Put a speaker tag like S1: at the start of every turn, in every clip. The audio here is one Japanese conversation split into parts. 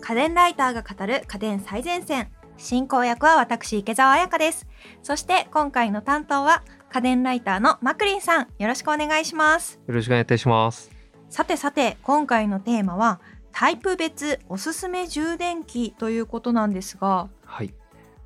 S1: 家電ライターが語る家電最前線進行役は私池澤彩香ですそして今回の担当は家電ライターのマクリンさんよろしくお願いします
S2: よろしくお願いいたします。
S1: さてさて今回のテーマはタイプ別おすすめ充電器ということなんですが
S2: はい。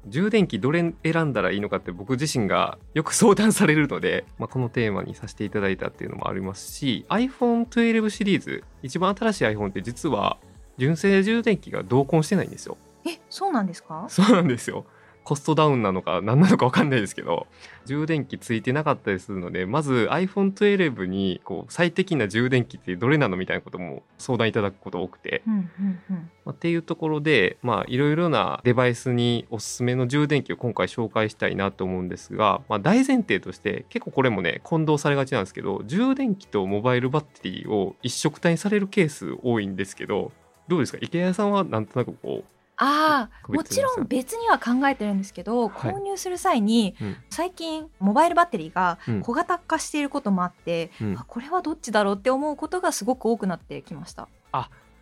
S2: 充電器どれ選んだらいいのかって僕自身がよく相談されるので、まあ、このテーマにさせていただいたっていうのもありますし iPhone12 シリーズ一番新しい iPhone って実は純正充電器が同梱してないんですよ
S1: えそうなんですか
S2: そうなんですよコストダウンなのか何なのか分かんないですけど充電器ついてなかったりするのでまず iPhone12 にこう最適な充電器ってどれなのみたいなことも相談いただくこと多くて
S1: うんうんうん
S2: まあっていうところでまあいろいろなデバイスにおすすめの充電器を今回紹介したいなと思うんですが、まあ、大前提として結構これもね混同されがちなんですけど充電器とモバイルバッテリーを一緒くたにされるケース多いんですけどどうですか池谷さんはなんとなくこ
S1: ああ
S2: 個
S1: も
S2: 別
S1: ち
S2: にさ
S1: ろん別には考えてるんですけど、
S2: はい
S1: 購入する際に、
S2: うん
S1: 最近モバイルバッテリーが
S2: うん
S1: 小型化していることもあって、
S2: う、うん
S1: あこれはどっちだろうって思うことがすごく多くなってきました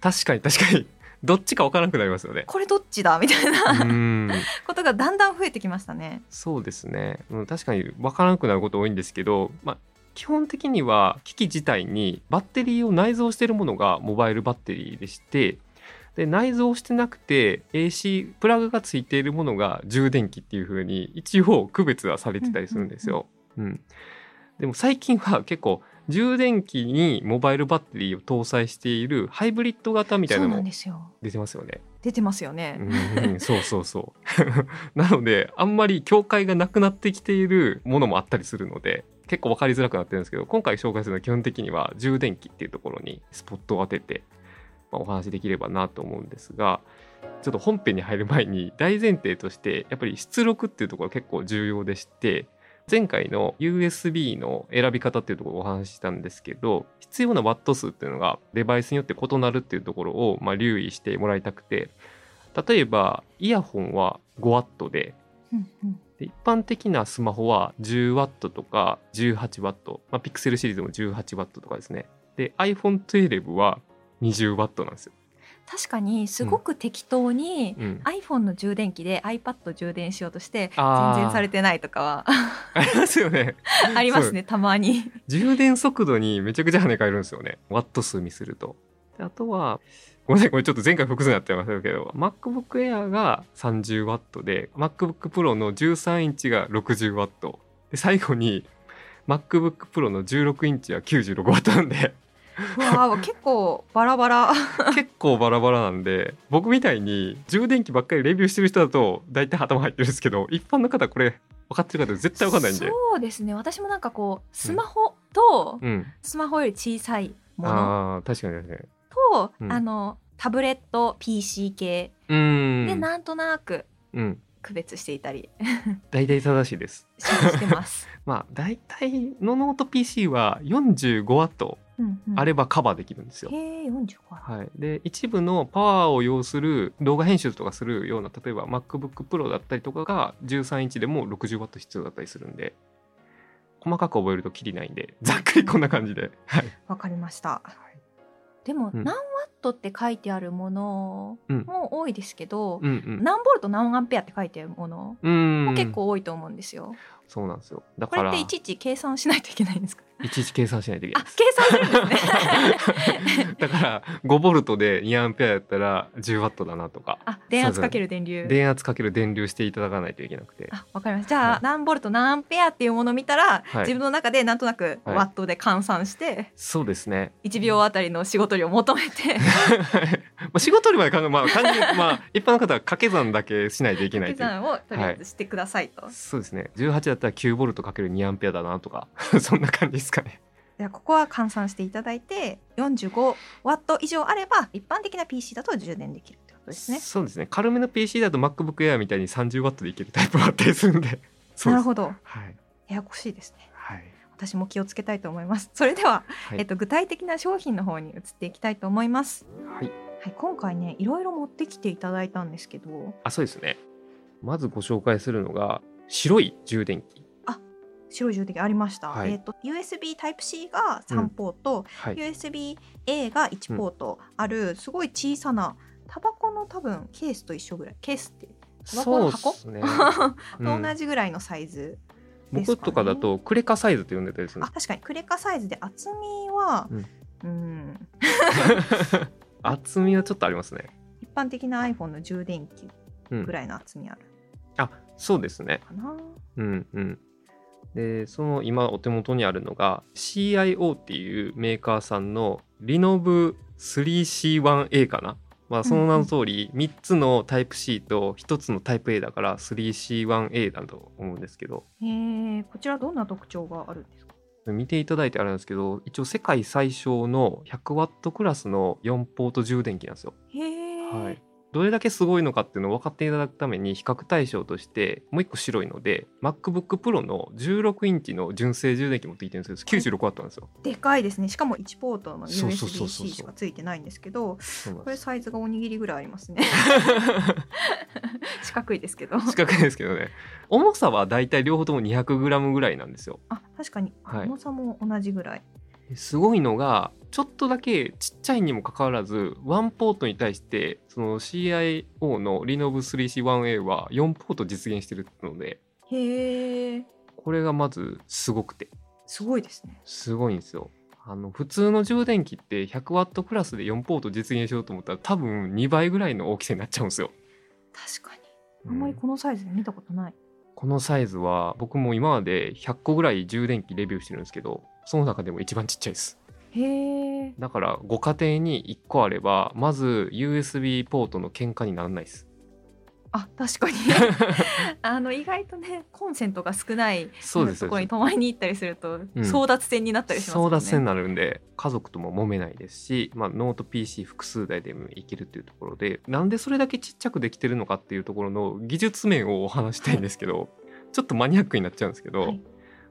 S2: 確かに確かにどっちか分からなくなりますよね。
S1: これどっちだみたいうな
S2: ーん
S1: ことがだんだん増えてきましたね
S2: そうですね、うん、確かに分からなくなること多いんですけど、まあ、基本的には機器自体にバッテリーを内蔵しているものがモバイルバッテリーでしてで内蔵してなくて AC プラグがついているものが充電器っていう風に一応区別はされてたりするんですよ。うん、でも最近は結構充電器にモバイルバッテリーを搭載しているハイブリッド型みたい
S1: そ
S2: な
S1: う
S2: の
S1: なん
S2: も
S1: ですよ
S2: 出てますよね。
S1: 出てますよね、
S2: うん、そうそうそう なのであんまり境界がなくなってきているものもあったりするので結構分かりづらくなってるんですけど今回紹介するのは基本的には充電器っていうところにスポットを当てて、まあお話しできればなと思うんですがちょっと本編に入る前に大前提としてやっぱり出力っていうところ結構重要でして前回の USB の選び方っていうところをお話ししたんですけど必要なワット数っていうのがデバイスによって異なるっていうところをまあ留意してもらいたくて例えばイヤホンは 5W で
S1: うんうん
S2: で一般的なスマホは 10W とか 18W、まあ、ピクセルシリーズも 18W とかですねで iPhone12 は 20W なんですよ、
S1: 確かにすごく適当に、
S2: うん
S1: iPhone の充電器で iPad 充電しようとして
S2: あー
S1: 全然されてないとか は
S2: ありますよね
S1: ありますねたま に
S2: 充電速度にめちゃくちゃ跳ね返るんですよね。ワット数にすると。であとは、ごめんなさい、これちょっと前回複数になっちゃいましたけど、MacBook Air が 30W で、MacBook Pro の13インチが 60W。で、最後に、MacBook Pro の16インチは 96W な んで、
S1: わあ結構バラバラ
S2: 結構バラバラなんで、僕みたいに充電器ばっかりレビューしてる人だと、大体頭入ってるんですけど、一般の方これ、分かってる方絶対分かんないんで。
S1: そうですね私もなんかこうスマホと
S2: うん。
S1: スマホより小さいもの
S2: ああ、確かに確かに。
S1: と、
S2: うん
S1: あのタブレット PC 系
S2: うーん。
S1: でなんとなく
S2: うん。
S1: 区別していたり
S2: 大体正しいです。
S1: して ます。
S2: まあ大体のノート PC は 45W
S1: うんうん
S2: あればカバーできるんですよ。
S1: へえ四十個ある。
S2: はい、で一部のパワーを要する動画編集とかするような例えば MacBookPro だったりとかが13インチでも 60W 必要だったりするんで細かく覚えるときりないんでざっくりこんな感じで、はい、
S1: わかりました。でも、
S2: うん
S1: 何ワットって書いてあるものも多いですけど、
S2: うんうん
S1: 何ボルト何アンペアって書いてあるもの
S2: うー
S1: も
S2: ん
S1: 結構多いと思うんですよ。
S2: そうなんですよだ
S1: こ
S2: か
S1: れっ
S2: ら
S1: ていちいち計算しないといけないんですか。
S2: いちいち計算しないといけ
S1: あ
S2: ないです
S1: 計算するんですね。
S2: だから5ボルトで2アンペアやったら 10W だなとか
S1: あ電圧かける電流。
S2: 電圧かける電流していただかないといけなくて
S1: あわかりました。じゃあ、
S2: はい
S1: 何ボルト何アンペアっていうものを見たら、
S2: はい
S1: 自分の中でなんとなく
S2: はい
S1: ワットで換算して、
S2: そうですね。
S1: 一1秒あたりの仕事量を求めて
S2: まあ仕事よりまで考え、まあ、単純にまあ、一般の方は掛け算だけしないといけない
S1: 計
S2: という。
S1: 算をとりあえずしてくださいと。
S2: そうですね。18だったら9ボルトかける2アンペアだなとか、 そんな感じですかね。
S1: じゃあここは換算していただいて45ワット以上あれば一般的な PC だと充電できるってことですね。
S2: そうですね。軽めの PC だと MacBook Air みたいに30ワットでいけるタイプがあったり するんで。そう
S1: な
S2: で
S1: る
S2: す。
S1: ほど
S2: はい。
S1: ややこしいですね。
S2: はい。
S1: 私も気をつけたいと思います。 それでは、
S2: はい。
S1: えっと、具体的な商品の方に移っていきたいと思います。
S2: はい。
S1: はい、今回ねいろいろ持ってきていただいたんですけど
S2: あ、そうですね。まずご紹介するのが、白い充電器。
S1: 白い充電器ありました、
S2: はい
S1: えっと USB Type-C が3ポート、
S2: はい。
S1: USB-A が1ポートある、すごい小さなタバコのの多分ケースと一緒ぐらいケースってタバコ
S2: そ
S1: の
S2: うで
S1: 箱
S2: すね
S1: と 同
S2: じ、
S1: じぐらいのサイズ、
S2: うん僕とかだとクレカサイズって呼んでたりするん
S1: あ確かにクレカサイズで厚みはう
S2: うん
S1: ん
S2: 厚みはちょっとありますね
S1: 一般的な iPhone の充電器
S2: うん
S1: ぐらいの厚みある
S2: あそうですね
S1: かな、
S2: うんうんでその今お手元にあるのが CIO っていうメーカーさんのリノブ 3C1A かな、まあ、その名の通り3つのタイプ C と1つのタイプ A だから 3C1A だと思うんですけど
S1: へえこちらどんな特徴があるんですか
S2: 見ていただいてあれなんですけど一応世界最小の 100W クラスの4ポート充電器なんですよ。
S1: へえ、
S2: はい、どれだけすごいのかっていうのを分かっていただくために比較対象としてもう一個白いので MacBookPro の16インチの純正充電器もついてるんですけど 96W なんですよ。
S1: でかいですねしかも1ポートの
S2: そうそうそうそう
S1: USB-C しかついてないんですけど
S2: そうなん
S1: こ
S2: で
S1: れ
S2: す
S1: サイズがおにぎりぐらいあります ね四角いですけど
S2: 四角いですけどね重さはだいたい両方とも 200g ぐらいなんですよ。
S1: あ確かに
S2: はい
S1: 重さも同じぐらい、
S2: すごいのがちょっとだけちっちゃいにもかかわらず1ポートに対してその CIO の Linov3C1A は4ポート実現してるので
S1: へえ
S2: これがまずすごくて
S1: すごいですね
S2: すごいんですよ。あの普通の充電器って 100W クラスで4ポート実現しようと思ったら多分2倍ぐらいの大きさになっちゃうんですよ。
S1: 確かにあんまり
S2: うん
S1: このサイズで見たことない、
S2: このサイズは僕も今まで100個ぐらい充電器レビューしてるんですけどその中でも一番ちっちゃいです。
S1: へえ
S2: だからご家庭に1個あればまず USB ポートの喧嘩にならないです。
S1: あ確 かにあの意外とねコンセントが少ない
S2: そうです
S1: ところに
S2: そ
S1: 泊まりに行ったりすると、
S2: ん
S1: 争奪戦になった
S2: うで
S1: り
S2: す
S1: します
S2: 争
S1: もんね
S2: 奪戦になるんで家族とも揉めないですし、まあ、ノート PC 複数台でもいけるっていうところでなんでそれだけちっちゃくできてるのかっていうところの技術面をお話したいんですけど、 ちょっとマニアックになっちゃうんですけど、
S1: はい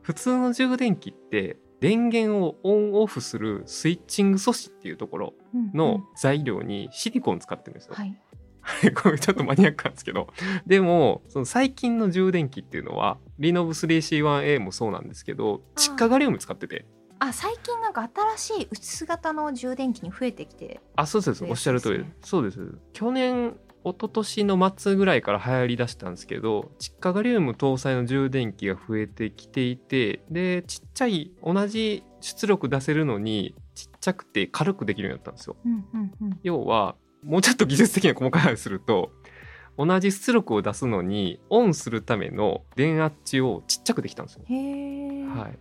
S2: 普通の充電器って電源をオンオフするスイッチング素子っていうところ
S1: うんうん
S2: の材料にシリコン使ってるんですよ。
S1: はい、
S2: これちょっとマニアックなんですけどでもその最近の充電器っていうのは Linov3C1A もそうなんですけど
S1: あー
S2: 窒化ガリウム使ってて
S1: あ最近なんか新しい薄型の充電器に増えてきて
S2: あそうですそうですおっしゃる通りですそうです去年一昨年の末ぐらいから流行りだしたんですけど窒化ガリウム搭載の充電器が増えてきていてでちっちゃい同じ出力出せるのにちっちゃくて軽くできるようになったんですよ
S1: うんうんうん
S2: 要はもうちょっと技術的な細かい話すると同じ出力を出すのにオンするための電圧値をちっちゃくできたんですよ。
S1: へえ、
S2: はい、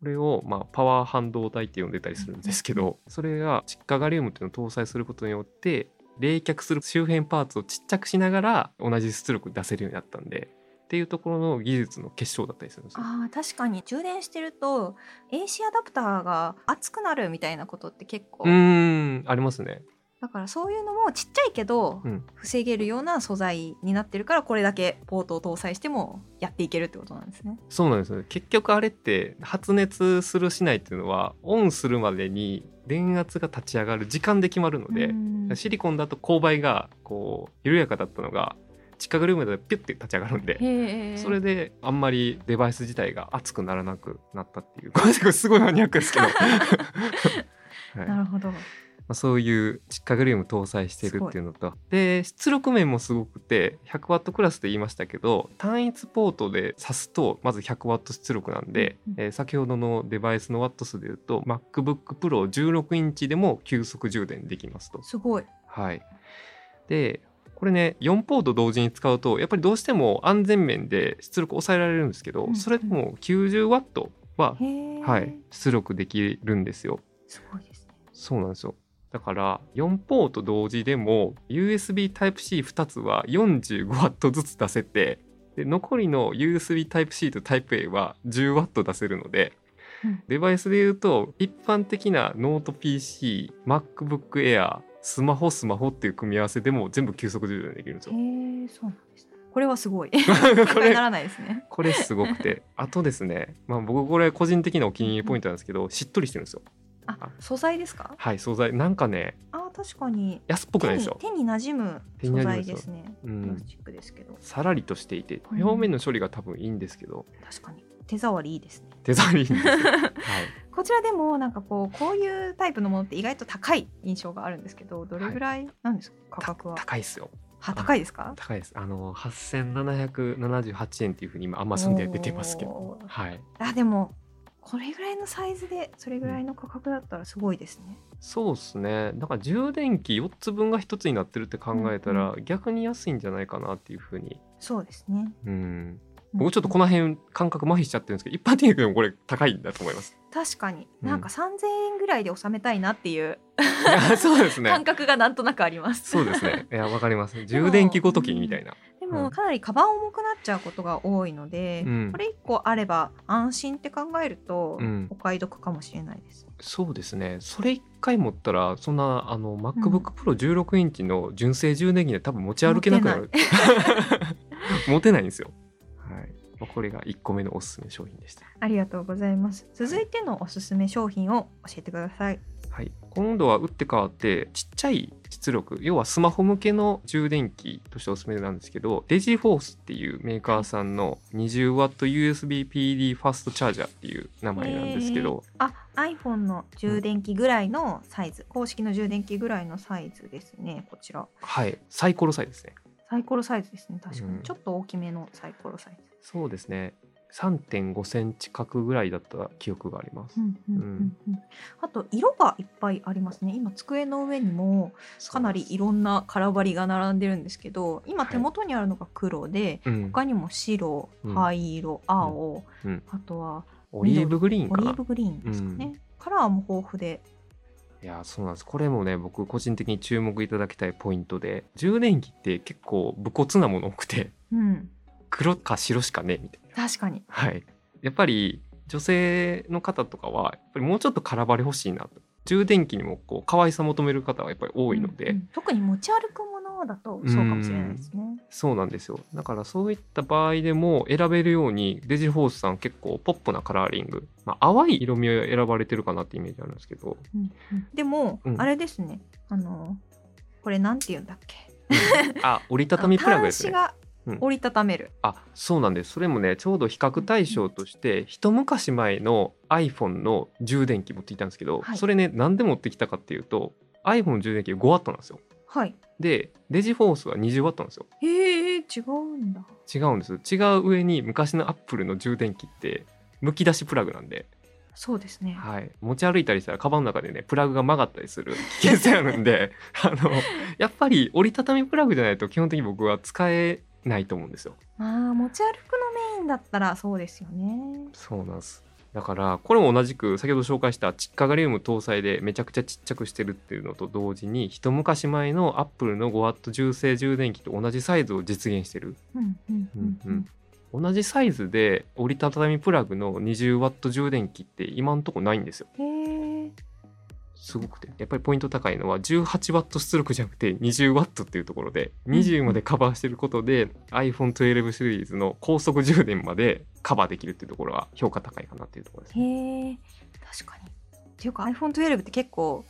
S2: これを、まあ、パワー半導体って呼んでたりするんですけどそれが窒化ガリウムっていうのを搭載することによって冷却する周辺パーツをちっちゃくしながら同じ出力出せるようになったんでっていうところの技術の結晶だったりするんですよ。
S1: あー確かに充電してると AC アダプターが熱くなるみたいなことって結構、
S2: うーんありますね。
S1: だからそういうのもちっちゃいけど、
S2: うん
S1: 防げるような素材になってるからこれだけポートを搭載してもやっていけるってことなんですね。
S2: そうなんですよね結局あれって発熱するしないっていうのはオンするまでに電圧が立ち上がる時間で決まるので
S1: う、ん
S2: シリコンだと勾配がこう緩やかだったのが地下グルームだとピュッて立ち上がるんで。
S1: へえ
S2: それであんまりデバイス自体が熱くならなくなったっていう これすごいマニアックで すけど、はい
S1: なるほど。
S2: まあ、そういう窒化グリウム搭載しているっていうのとで出力面もすごくて 100W クラスで言いましたけど単一ポートで挿すとまず 100W 出力なんで、
S1: うんうん
S2: えー先ほどのデバイスのワット数で言うと MacBookPro16 インチでも急速充電できますと。
S1: すごい。
S2: はい、でこれね4ポート同時に使うとやっぱりどうしても安全面で出力抑えられるんですけど、
S1: うんうん
S2: それでも 90W は、
S1: へえ、
S2: はい、出力できるんですよ。
S1: すごいですね。
S2: そうなんですよ。だから4ポート同時でも USB Type-C2 つは 45W ずつ出せてで残りの USB Type-C と Type-A は 10W 出せるので、
S1: うん
S2: デバイスで言うと一般的なノート PC、MacBook Air、スマホスマホっていう組み合わせでも全部急速充電できるんですよ。
S1: へえ、そうなんですね。これはすごい。
S2: こ
S1: 正解
S2: れ
S1: にならないですね。
S2: これすごく てあとですね、まあ、僕これ個人的なお気に入りポイントなんですけどしっとりしてるんですよ。
S1: あ、素材ですか？
S2: はい素材なんかね
S1: あー、確かに。
S2: 安っぽく
S1: 手
S2: ないで
S1: に
S2: しょ。
S1: 手に馴染む
S2: 手
S1: 素
S2: に馴染
S1: 材
S2: む
S1: ですね。
S2: う
S1: プラ
S2: ん
S1: スチックですけど、
S2: さらりとしていて
S1: うん
S2: 表面の処理が多分いいんですけど、
S1: 確かに。手触りいいですね
S2: 手触りいいんですよ。はい。
S1: こちらでもなんかこうこういうタイプのものって意外と高い印象があるんですけどどれぐらいなんですか、価格は
S2: 高いですよ。
S1: は高いですか
S2: 高いです。あの8778円っていうふうに今 Amazon で出てますけど。
S1: おー
S2: はい。
S1: あでもこれぐらいのサイズでそれぐらいの価格だったらすごいですね、
S2: そうですね。だから充電器4つ分が1つになってるって考えたら、逆に安いんじゃないかなっていうふうに。
S1: そうですね
S2: うん。僕ちょっとこの辺感覚麻痺しちゃってるんですけど、一般的にでもこれ高いんだと思います。
S1: 確かに
S2: うん
S1: なんか3000円ぐらいで収めたいなっていう
S2: いやそうですね
S1: 感。覚がなんとなくあります、
S2: そうです ね。いや、わかります。充電器ごときみたいな。
S1: で
S2: う
S1: も
S2: ん
S1: かなりカバン重くなっちゃうことが多いので、
S2: うん
S1: これ1個あれば安心って考えると
S2: うん
S1: お買い得かもしれないです、
S2: そうですね。それ一回持ったら、そんな、あの、MacBook Pro 16インチの純正充電器で多分持ち歩けなくなる。 持てないんですよ。はい。まあこれが1個目のおすすめ商品でした。
S1: ありがとうございます続いてのおすすめ商品を教えてください
S2: はい。今度は打って変わって、ちっちゃい出力、要はスマホ向けの充電器としておすすめなんですけど、デジフォースっていうメーカーさんの 20W USBPD ファストチャージャーっていう名前なんですけど、
S1: あ iPhone の充電器ぐらいのサイズ、公式の充電器ぐらいのサイズですねこちら
S2: はい。サイコロサイですね。
S1: サイコロサイズですね確かに、
S2: うん
S1: ちょっと大きめのサイコロサイズ
S2: そうですね。3.5センチ角ぐらいだった記憶があります。
S1: うんうんうんうんあと色がいっぱいありますね今机の上にもかなりいろんなカラバリが並んでるんですけど今
S2: はい
S1: 手元にあるのが黒で、
S2: うん、
S1: 他にも白
S2: うん
S1: 灰色、青、
S2: うんうん
S1: あとは
S2: オリーブグリーン
S1: オ
S2: か
S1: リー
S2: な
S1: ブグリーンですかね、カラーも豊富で
S2: いやそうなんですこれもね僕個人的に注目いただきたいポイントで充電器って結構武骨なもの多くて
S1: うん
S2: 黒か白しかねえみたいな
S1: 確かに
S2: はいやっぱり女性の方とかはやっぱりもうちょっと空張り欲しいなと充電器にもこう可愛さ求める方はやっぱり多いので、
S1: うんうん特に持ち歩くものだとそうかもしれないですね、
S2: そうなんですよだからそういった場合でも選べるようにデジフォースさん結構ポップなカラーリング、まあ、淡い色味を選ばれてるかなってイメージあるんですけど
S1: うんうんでも、
S2: うん
S1: あれですねあのこれなんて言うんだっけ
S2: あ折りたたみプラグですね
S1: あの端子が折りたためる、
S2: あそうなんですそれもねちょうど比較対象として一昔前の iPhone の充電器持ってきたんですけど、
S1: はい
S2: それね何で持ってきたかっていうと iPhone の充電器 5W なんですよ
S1: はい
S2: でデジフォースは 20W なんですよ
S1: へえ違うんだ
S2: 違うんです違う上に昔の Apple の充電器ってむき出しプラグなんで、
S1: そうですね、
S2: はい、持ち歩いたりしたらカバンの中でねプラグが曲がったり する危険性あるんであのやっぱり折りたたみプラグじゃないと基本的に僕は使えないと思うんですよ
S1: まあ持ち歩くのメインだったらそうですよね
S2: そうなんですだからこれも同じく先ほど紹介したチッカガリウム搭載でめちゃくちゃちっちゃくしてるっていうのと同時に一昔前のアップルの 5W 重正充電器と同じサイズを実現してる
S1: うんうんうん
S2: うん同じサイズで折りたたみプラグの 20W 充電器って今んとこないんですよ
S1: うんへえ
S2: すごくてやっぱりポイント高いのは 18W 出力じゃなくて 20W っていうところで20までカバーしてることで iPhone12 シリーズの高速充電までカバーできるっていうところは評価高いかなっていうところですね
S1: へえ確かにっていうか iPhone12 って結構、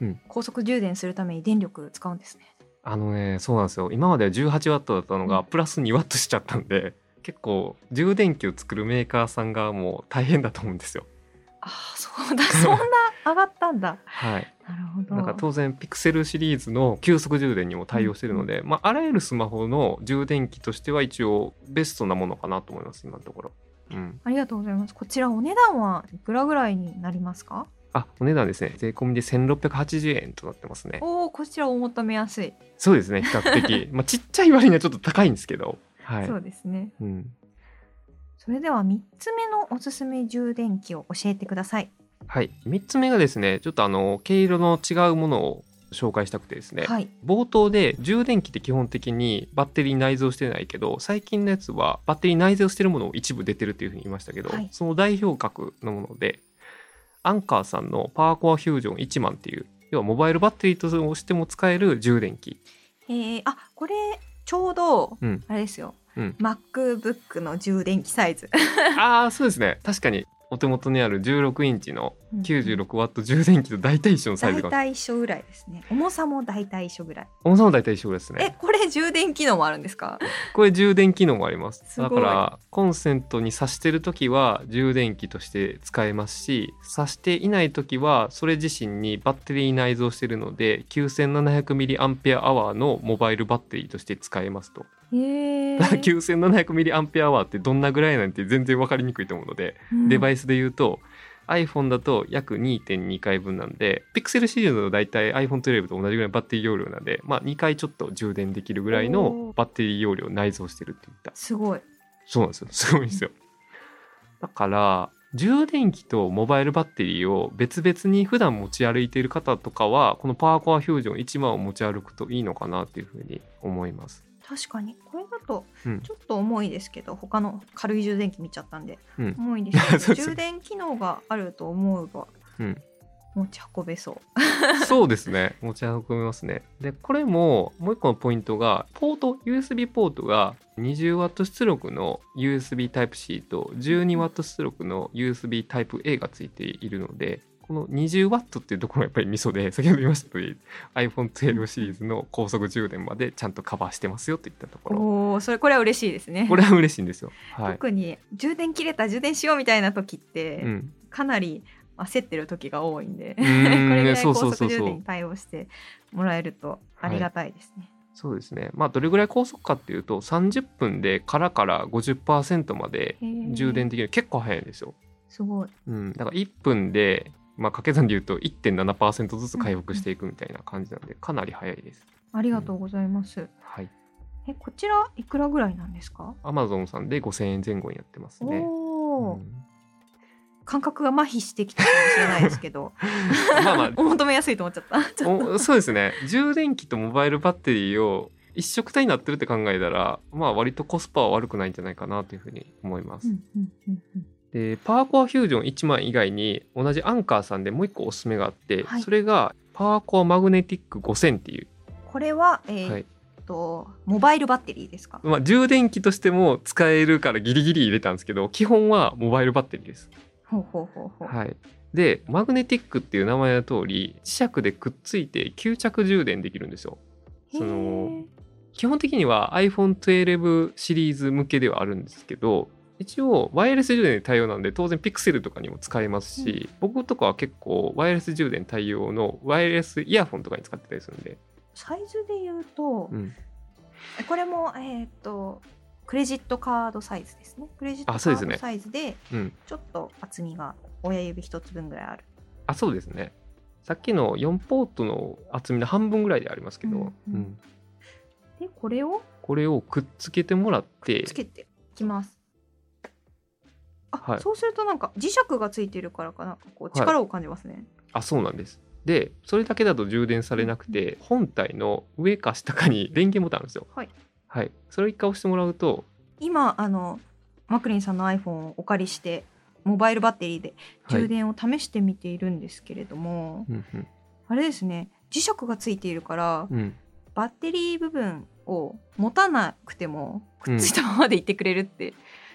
S2: うん
S1: 高速充電するために電力使うんですね
S2: あのね、そうなんですよ。今までは 18W だったの
S1: う
S2: が、
S1: ん
S2: プラス 2W しちゃったんで、結構、充電器を作るメーカーさんがもう大変だと思うんですよ。
S1: ああそうだそんな上がったんだ
S2: はい。
S1: なるほど
S2: なんか当然、ピクセルシリーズの急速充電にも対応してるので、まあ、あらゆるスマホの充電器としては一応、ベストなものかなと思います、今のところ。うん。
S1: ありがとうございますこちらお値段はいくらぐらいになりますか
S2: あ、お値段ですね。税込みで1680円となってますね。
S1: おおこちらお求めやすい、
S2: そうですね、比較 的。まあ、ちっちゃい割にはちょっと高いんですけど。はい。
S1: そうですね
S2: うん。
S1: それでは3つ目のおすすめ充電器を教えてください
S2: はい、3つ目がですねちょっとあの毛色の違うものを紹介したくてですね、
S1: はい
S2: 冒頭で充電器って基本的にバッテリー内蔵してないけど最近のやつはバッテリー内蔵してるものを一部出てるっていうふうに言いましたけど、
S1: はい
S2: その代表格のものでアンカーさんのパワーコアフュージョン1万っていう要はモバイルバッテリーとしても使える充電 器
S1: えー、あこれちょうど、
S2: うん
S1: あれですよ、
S2: うん
S1: MacBook の充電器サイズ
S2: ああそうですね確かにお手元にある16インチの
S1: うん
S2: 96ワット充電器と大体一緒のサイズ
S1: 大
S2: が
S1: 体一緒ぐらいですね重さも大体一緒ぐらい
S2: 重さも大体一緒です
S1: え
S2: ね
S1: これ充電機能もあるんです か
S2: これ充電機能もあります
S1: すごい
S2: だからコンセントに挿してる時は充電器として使えますし挿していない時はそれ自身にバッテリーに内蔵してるので 9700mAh のモバイルバッテリーとして使えますと
S1: へえ
S2: 9700mAh ってどんなぐらいなんて全然分かりにくいと思うのでデバ
S1: イ
S2: イスで言うと iPhone だと約2.2回分なんで Pixel シリーズだと大体 iPhone12 と同じぐらいのバッテリー容量なんで、まあ、2回ちょっと充電できるぐらい
S1: お
S2: の
S1: ー
S2: バッテリー容量を内蔵してるって言った
S1: すごい
S2: そうなんですよ すごいんですよだから充電器とモバイルバッテリーを別々に普段持ち歩いている方とかはこのパワーコアフュージョン1万を持ち歩くといいのかなっていうふうに思います
S1: 確かにこれだと
S2: うん
S1: ちょっと重いですけど、他の軽い充電器見ちゃったんで、
S2: うん
S1: 重いんですけ
S2: そ
S1: ど
S2: うそう
S1: 充電機能があると思えば、
S2: うん
S1: 持ち運べそう
S2: そうですね持ち運べますねでこれももう一個のポイントがポート USB ポートが 20W 出力の USB Type-C と 12W 出力の USB Type-A がついているのでこの 20W っていうところがやっぱりミソで先ほど言いました通り iPhone12 シリーズの高速充電までちゃんとカバーしてますよといったところ
S1: おおそれこれは嬉しいですね
S2: これは嬉しいんですよはい、
S1: 特に充電切れた充電しようみたいな時って、
S2: うん、
S1: かなり焦ってる時が多いんで、
S2: う
S1: こ
S2: ーん
S1: れぐらい
S2: そ
S1: 高
S2: うそうそ
S1: 速充
S2: うそう
S1: 電に対応してもらえるとありがたいですね、
S2: そうですねまあどれぐらい高速かっていうと30分でからから50%まで
S1: へー
S2: 充電できる結構早いんですよ
S1: すごい
S2: うん、だから1分で、まあ、掛け算で言うと1.7%ずつ回復していくみたいな感じなんで、かなり早いです。
S1: ありがとうございます、
S2: はい。
S1: えこちらいくらぐらいなんですか
S2: Amazon さんで5000円前後にやってますね。
S1: おお、
S2: うん
S1: 感覚が麻痺してきたかもしれないですけ ど
S2: まあ ま
S1: お求めやすいと思っちゃった
S2: あ、 おそうですね。充電器とモバイルバッテリーを一色体になってるって考えたら、まあ割とコスパは悪くないんじゃないかなというふうに思います。でパワーコアフュージョン1万以外に同じアンカーさんでもう一個おすすめがあって、
S1: はい
S2: それがパワーコアマグネティック5000っていう、
S1: これは、え
S2: は
S1: ー
S2: い
S1: っとモバイルバッテリーですか
S2: まあ、充電器としても使えるからギリギリ入れたんですけど基本はモバイルバッテリーです。
S1: ほうほうほうほう、
S2: はい、でマグネティックっていう名前の通り磁石でくっついて吸着充電できるんですよ。その
S1: へー
S2: 基本的には iPhone12 シリーズ向けではあるんですけど一応ワイヤレス充電に対応なんで当然 Pixel とかにも使えますし、僕とかは結構ワイヤレス充電対応のワイヤレスイヤホンとかに使ってたりするんで、
S1: サイズで言うと、
S2: うん
S1: これもえーっとクレジットカードサイズですねクレジットカ
S2: あそうです
S1: ー
S2: ね
S1: ドサイズで
S2: うん、
S1: ちょっと厚みが親指一つ分ぐらいある
S2: あそうですねさっきの4ポートの厚みの半分ぐらいでありますけど、
S1: うんうん
S2: うん
S1: でこれを
S2: これをくっつけてもらって
S1: つけていきますあ、
S2: はい
S1: そうするとなんか磁石がついてるからかなこう
S2: はい
S1: 力を感じますね、
S2: あそうなんですでそれだけだと充電されなくて本体の上か下かに電源ボタンあるんですよ
S1: はい、
S2: はい、それを一回押してもらうと
S1: 今あのマクリンさんの iPhone をお借りしてモバイルバッテリーで
S2: はい
S1: 充電を試してみているんですけれども、
S2: うん
S1: あれですね磁石がついているから
S2: うんうん
S1: バッテリー部分を持たなくてもくっついたままでいってくれるって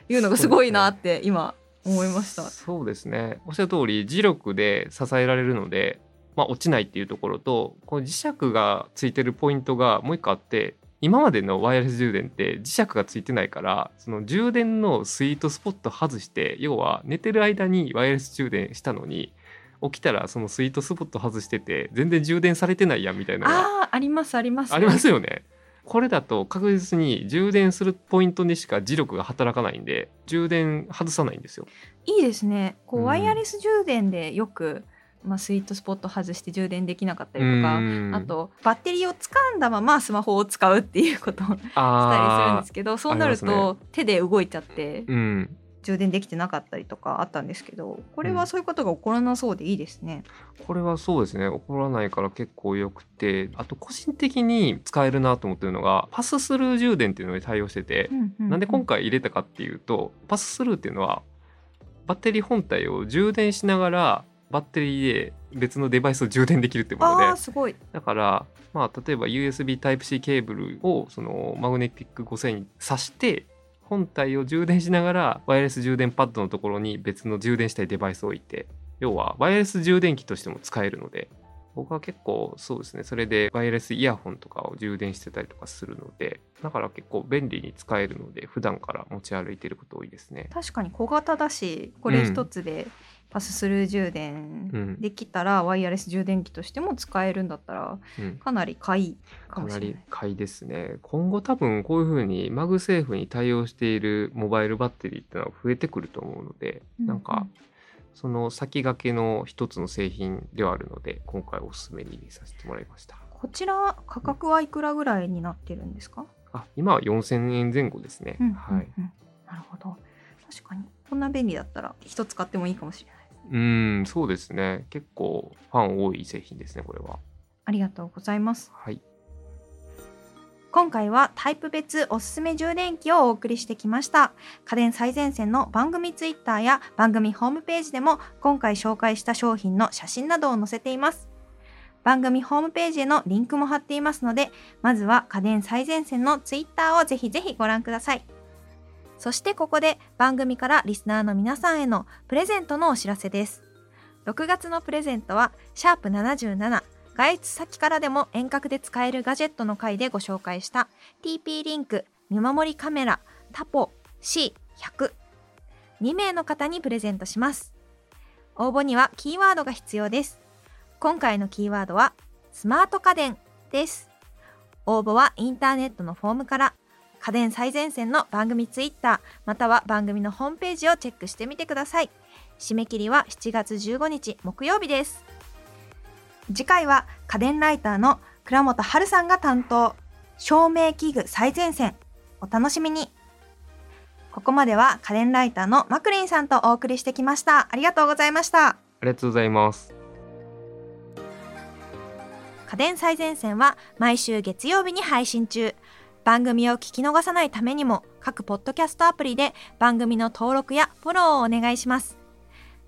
S1: いうのがすごいなって今思いました。
S2: そうですねおっしゃる通り磁力で支えられるので、まあ、落ちないっていうところとこの磁石がついてるポイントがもう一個あって今までのワイヤレス充電って磁石がついてないからその充電のスイートスポット外して要は寝てる間にワイヤレス充電したのに起きたらそのスイートスポット外してて全然充電されてないやんみたいなのが
S1: あーありますあります。
S2: ありますよね。これだと確実に充電するポイントにしか磁力が働かないんで充電外さないんですよ。
S1: いいですね。こ
S2: う
S1: うんワイヤレス充電でよく、まあ、スイートスポット外して充電できなかった
S2: と
S1: りとか。あとバッテリーを掴んだままスマホを使うっていうことをしたりするんですけどそうなる
S2: ありま
S1: と手で動いちゃって
S2: うん、
S1: 充電できてなかったりとかあったんですけどこれはそういうことが起こらなそうでいいですね。
S2: これはそうですね怒らないから結構よくてあと個人的に使えるなと思ってるのがパススルー充電っていうのに対応してて、なんで今
S1: 回
S2: 回入れたかっていうとパススルーっていうのはバッテリー本体を充電しながらバッテリーで別のデバイスを充電できるってもので
S1: あーすごい
S2: だから、まあ、例えば USB Type-C ケーブルをそのマグネティック5000に挿して本体を充電しながらワイヤレス充電パッドのところに別の充電したいデバイスを置いて要はワイヤレス充電器としても使えるので僕は結構そうですねそれでワイヤレスイヤホンとかを充電してたりとかするのでだから結構便利に使えるので普段から持ち歩いてること多いですね
S1: 確かに小型だしこれ一つでパススルー充電
S2: うん
S1: できたら、ワイヤレス充電器としても使えるんだったら
S2: うん
S1: かなり買いか
S2: か
S1: もし
S2: な
S1: れない
S2: り買いですね今後多分こういうふうにマグセーフに対応しているモバイルバッテリーってのは増えてくると思うので、なんかその先駆けの一つの製品ではあるので今回おすすめにさせてもらいました
S1: こちら価格はいくらぐらいになってるんですか、
S2: あ今は4000円前後ですね、
S1: うんうん
S2: はい
S1: うんなるほど確かにこんな便利だったら一つ買ってもいいかもしれない
S2: うんそうですね結構ファン多い製品ですねこれは
S1: ありがとうございます
S2: はい
S1: 今回はタイプ別おすすめ充電器をお送りしてきました家電最前線の番組ツイッターや番組ホームページでも今回紹介した商品の写真などを載せています番組ホームページへのリンクも貼っていますのでまずは家電最前線のツイッターをぜひぜひご覧くださいそしてここで番組からリスナーの皆さんへのプレゼントのお知らせです6月のプレゼントはシャープ77外出先からでも遠隔で使えるガジェットの回でご紹介した TP リンク見守りカメラタポ C1002 名の方にプレゼントします応募にはキーワードが必要です今回のキーワードはスマート家電です応募はインターネットのフォームから家電最前線の番組ツイッターまたは番組のホームページをチェックしてみてください締め切りは7月15日木曜日です次回は家電ライターの倉本春さんが担当照明器具最前線お楽しみにここまでは家電ライターのマクリンさんとお送りしてきましたありがとうございました
S2: ありがとうございます
S1: 家電最前線は毎週月曜日に配信中番組を聞き逃さないためにも各ポッドキャストアプリで番組の登録やフォローをお願いします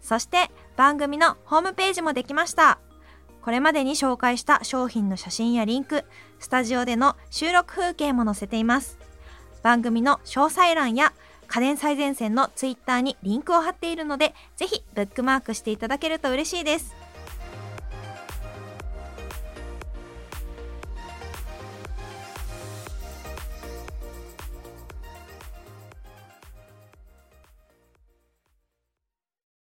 S1: そして番組のホームページもできましたこれまでに紹介した商品の写真やリンクスタジオでの収録風景も載せています番組の詳細欄や家電最前線のツイッターにリンクを貼っているのでぜひブックマークしていただけると嬉しいです